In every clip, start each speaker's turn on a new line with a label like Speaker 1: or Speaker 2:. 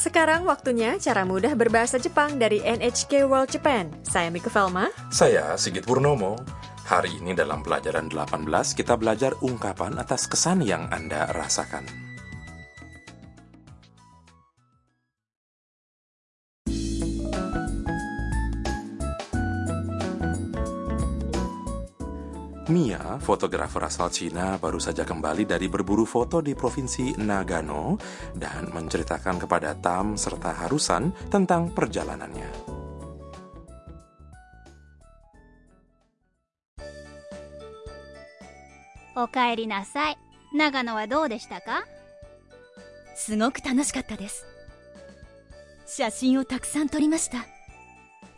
Speaker 1: Sekarang waktunya cara mudah berbahasa Jepang dari NHK World Japan. Saya Miku Velma.
Speaker 2: Saya Sigit Purnomo. Hari ini dalam pelajaran 18 kita belajar ungkapan atas kesan yang Anda rasakan. Mia, fotografer asal Cina, baru saja kembali dari berburu foto di provinsi Nagano dan menceritakan kepada Tam serta Harusan tentang perjalanannya.
Speaker 3: お帰りなさい長野はどうでしたか
Speaker 4: すごく楽しかったです写真をたくさん撮りました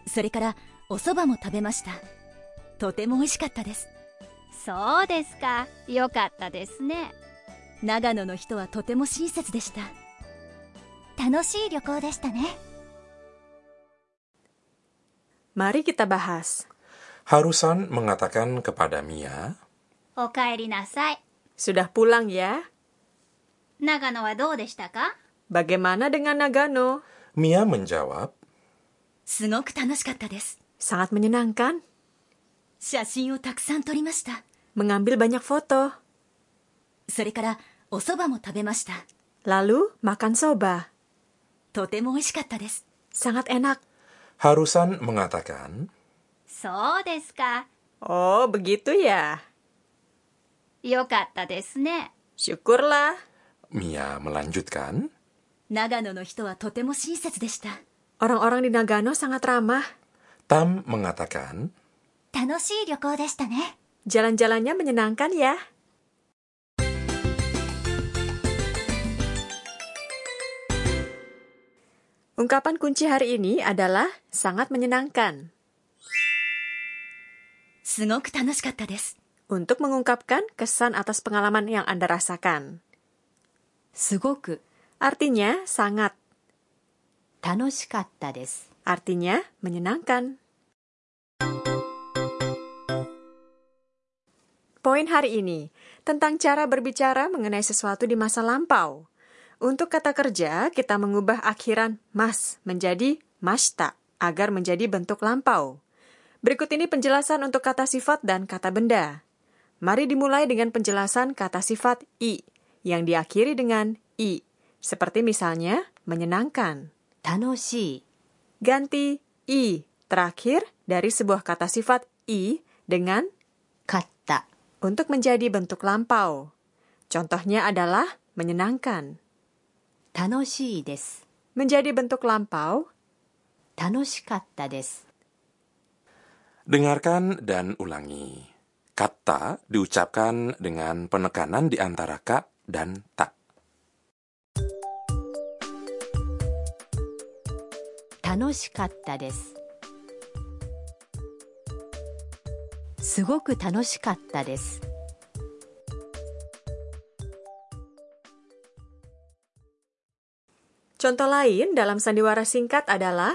Speaker 4: それからお蕎麦も食べましたとても美味しかったです
Speaker 3: そうですかよかったですね
Speaker 4: 長野の人はとても親切でした
Speaker 3: 楽しい旅行でしたね
Speaker 1: Mari kita bahas.
Speaker 2: Harusan mengatakan kepada Mia,
Speaker 3: お帰りなさい
Speaker 1: Sudah pulang ya?
Speaker 3: 長野はどうでしたか
Speaker 1: Bagaimana dengan Nagano?
Speaker 2: Mia menjawab,
Speaker 4: すごく楽しかったです
Speaker 1: Sangat menyenangkan.
Speaker 4: 写真をたくさん撮りました
Speaker 1: Mengambil banyak foto.
Speaker 4: それからお蕎麦も食べました
Speaker 1: Lalu makan soba.
Speaker 4: とても美味しかったです
Speaker 1: Sangat enak.
Speaker 2: Harusan mengatakan,
Speaker 3: そうですか
Speaker 1: Oh, begitu ya.
Speaker 3: よかったですね
Speaker 1: Syukurlah.
Speaker 2: Mia melanjutkan,
Speaker 4: 長野の人はとても親切でした
Speaker 1: Orang-orang di Nagano sangat ramah.
Speaker 2: Tam mengatakan,
Speaker 3: 楽しい旅行でしたね
Speaker 1: Jalan-jalannya menyenangkan ya. Ungkapan kunci hari ini adalah sangat menyenangkan.
Speaker 4: すごく楽しかったです
Speaker 1: Untuk mengungkapkan kesan atas pengalaman yang Anda rasakan.
Speaker 4: すごく
Speaker 1: Artinya sangat,
Speaker 4: 楽しかったです
Speaker 1: artinya menyenangkan. Poin hari ini tentang cara berbicara mengenai sesuatu di masa lampau. Untuk kata kerja, kita mengubah akhiran mas menjadi mashta agar menjadi bentuk lampau. Berikut ini penjelasan untuk kata sifat dan kata benda. Mari dimulai dengan penjelasan kata sifat i yang diakhiri dengan i, seperti misalnya menyenangkan.
Speaker 4: 楽しい
Speaker 1: Ganti i terakhir dari sebuah kata sifat i dengan
Speaker 4: かった
Speaker 1: untuk menjadi bentuk lampau. Contohnya adalah menyenangkan.
Speaker 4: 楽しいです
Speaker 1: Menjadi bentuk lampau,
Speaker 4: 楽しかったです
Speaker 2: dengarkan dan ulangi. Kata diucapkan dengan penekanan di antara ka dan tak.
Speaker 4: 楽しかったですすごく楽しかったです
Speaker 1: contoh lain dalam sandiwara singkat adalah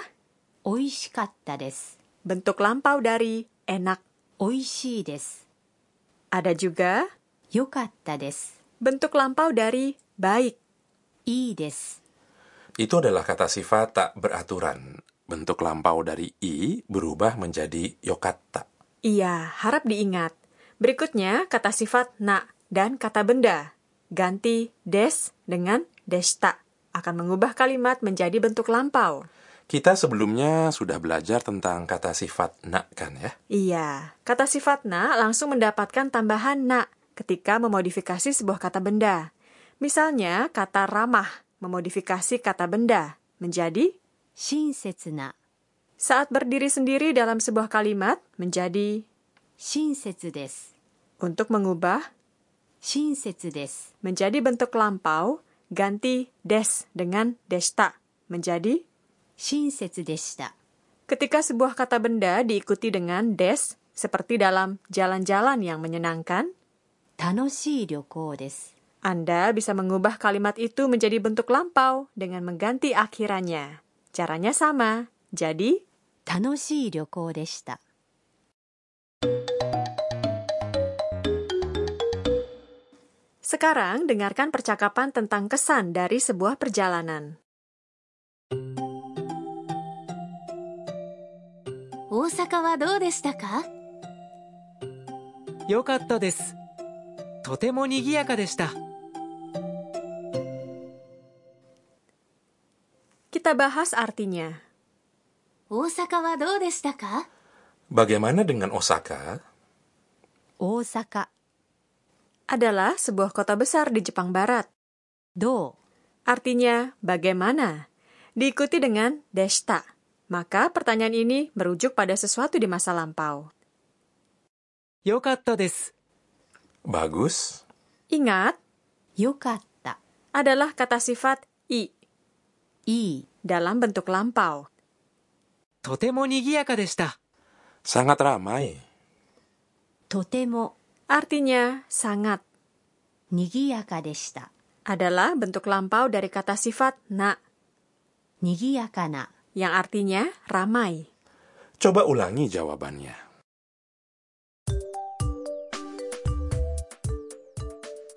Speaker 4: 美味しかったです
Speaker 1: bentuk lampau dari enak.
Speaker 4: 美味しいです
Speaker 1: Ada juga
Speaker 4: 良かったです
Speaker 1: bentuk lampau dari baik.
Speaker 4: いいです
Speaker 2: Itu adalah kata sifat tak beraturan. Bentuk lampau dari i berubah menjadi yokata.
Speaker 1: Iya, harap diingat. Berikutnya kata sifat na dan kata benda. Ganti des dengan desta akan mengubah kalimat menjadi bentuk lampau.
Speaker 2: Kita sebelumnya sudah belajar tentang kata sifat na kan ya?
Speaker 1: Iya, kata sifat na langsung mendapatkan tambahan na ketika memodifikasi sebuah kata benda. Misalnya, kata ramah memodifikasi kata benda menjadi
Speaker 4: 親切な
Speaker 1: saat berdiri sendiri dalam sebuah kalimat menjadi
Speaker 4: 親切です
Speaker 1: untuk mengubah
Speaker 4: 親切です
Speaker 1: menjadi bentuk lampau ganti des dengan desta menjadi
Speaker 4: 親切でした
Speaker 1: ketika sebuah kata benda diikuti dengan des seperti dalam jalan-jalan yang menyenangkan
Speaker 4: 楽しい旅行です
Speaker 1: Anda bisa mengubah kalimat itu menjadi bentuk lampau dengan mengganti akhirannya. Caranya sama. Jadi,
Speaker 4: 楽しい旅行でした
Speaker 1: sekarang dengarkan percakapan tentang kesan dari sebuah perjalanan.
Speaker 5: 大阪はどうでしたか
Speaker 6: 良かったですとても賑やかでした
Speaker 1: Kita bahas artinya.
Speaker 5: 大阪はどうでしたか
Speaker 2: Bagaimana dengan Osaka?
Speaker 4: 大阪
Speaker 1: Adalah sebuah kota besar di Jepang Barat.
Speaker 4: ど
Speaker 1: Artinya bagaimana? Diikuti dengan deshita. Maka pertanyaan ini merujuk pada sesuatu di masa lampau.
Speaker 6: 良かったです
Speaker 2: Bagus.
Speaker 1: Ingat,
Speaker 4: うよかった
Speaker 1: adalah kata sifat i
Speaker 4: いい
Speaker 1: dalam bentuk lampau.
Speaker 6: とても賑やかでした
Speaker 2: Sangat ramai.
Speaker 4: とても
Speaker 1: Artinya sangat
Speaker 4: にぎやかでした
Speaker 1: adalah bentuk lampau dari kata sifat na
Speaker 4: にぎやかな
Speaker 1: yang artinya ramai.
Speaker 2: Coba ulangi jawabannya.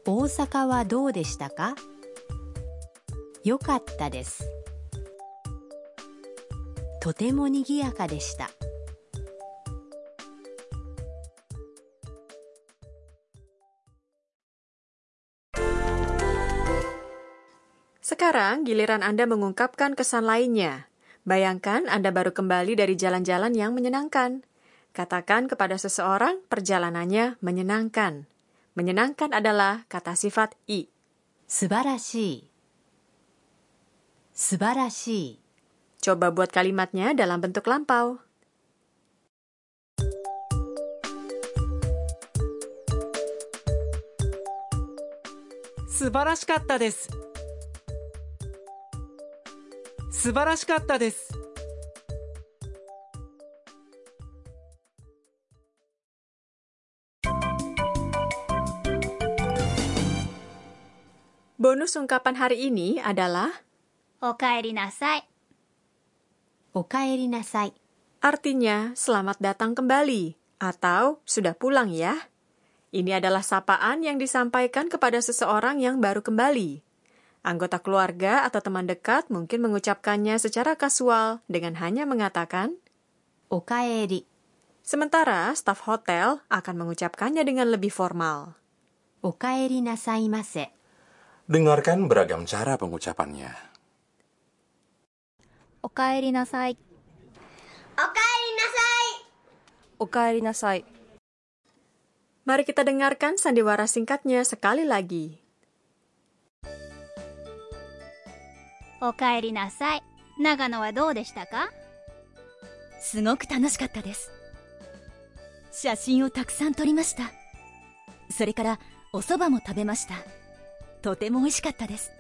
Speaker 4: 大阪はどうでしたかよかったですとてもにぎやかでした
Speaker 1: Sekarang giliran Anda mengungkapkan kesan lainnya. Bayangkan Anda baru kembali dari jalan-jalan yang menyenangkan. Katakan kepada seseorang perjalanannya menyenangkan. Menyenangkan adalah kata sifat i.
Speaker 4: 素晴らしい素晴らしい
Speaker 1: Coba buat kalimatnya dalam bentuk lampau.
Speaker 6: 素晴らしかったです素晴らしかったです
Speaker 1: Bonus ungkapan hari ini adalah
Speaker 3: おかえりなさい
Speaker 4: おかえりなさい
Speaker 1: artinya selamat datang kembali atau sudah pulang ya. Ini adalah sapaan yang disampaikan kepada seseorang yang baru kembali. Anggota keluarga atau teman dekat mungkin mengucapkannya secara kasual dengan hanya mengatakan
Speaker 4: おかえり
Speaker 1: Sementara staf hotel akan mengucapkannya dengan lebih formal.
Speaker 4: おかえりなさいませ
Speaker 2: Dengarkan beragam cara pengucapannya.
Speaker 3: おかえりなさい
Speaker 7: おかえりなさい
Speaker 1: Mari kita dengarkan sandiwara singkatnya sekali lagi.
Speaker 3: おかえりなさい長野はどうでしたか
Speaker 4: すごく楽しかったです写真をたくさん撮りましたそれからお蕎麦も食べましたとても美味しかったです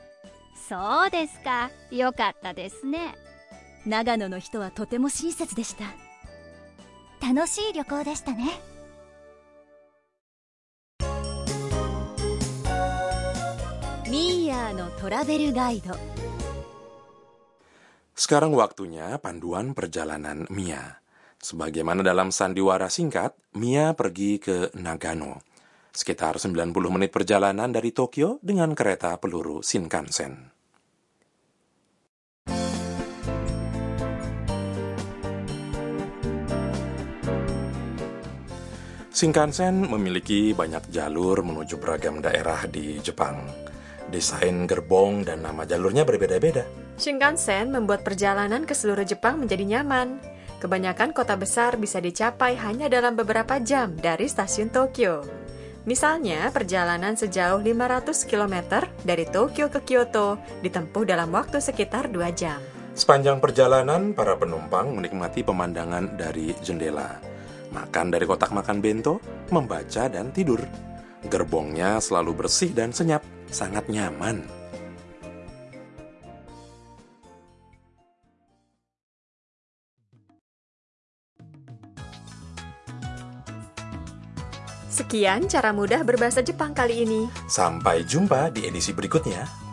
Speaker 3: そうですかよかったですね
Speaker 4: 長野の人はとても親切でした
Speaker 3: 楽しい旅行でしたね
Speaker 4: ミーヤーのトラベルガイド
Speaker 2: Sekarang waktunya panduan perjalanan Mia. Sebagaimana dalam sandiwara singkat, Mia pergi ke Nagano. Sekitar 90 menit perjalanan dari Tokyo dengan kereta peluru Shinkansen. Shinkansen memiliki banyak jalur menuju beragam daerah di Jepang. Desain gerbong dan nama jalurnya berbeda-beda.
Speaker 1: Shinkansen membuat perjalanan ke seluruh Jepang menjadi nyaman. Kebanyakan kota besar bisa dicapai hanya dalam beberapa jam dari stasiun Tokyo. Misalnya, perjalanan sejauh 500 km dari Tokyo ke Kyoto ditempuh dalam waktu sekitar 2 jam.
Speaker 2: Sepanjang perjalanan, para penumpang menikmati pemandangan dari jendela, makan dari kotak makan bento, membaca dan tidur. Gerbongnya selalu bersih dan senyap, sangat nyaman.
Speaker 1: Sekian cara mudah berbahasa Jepang kali ini.
Speaker 2: Sampai jumpa di edisi berikutnya.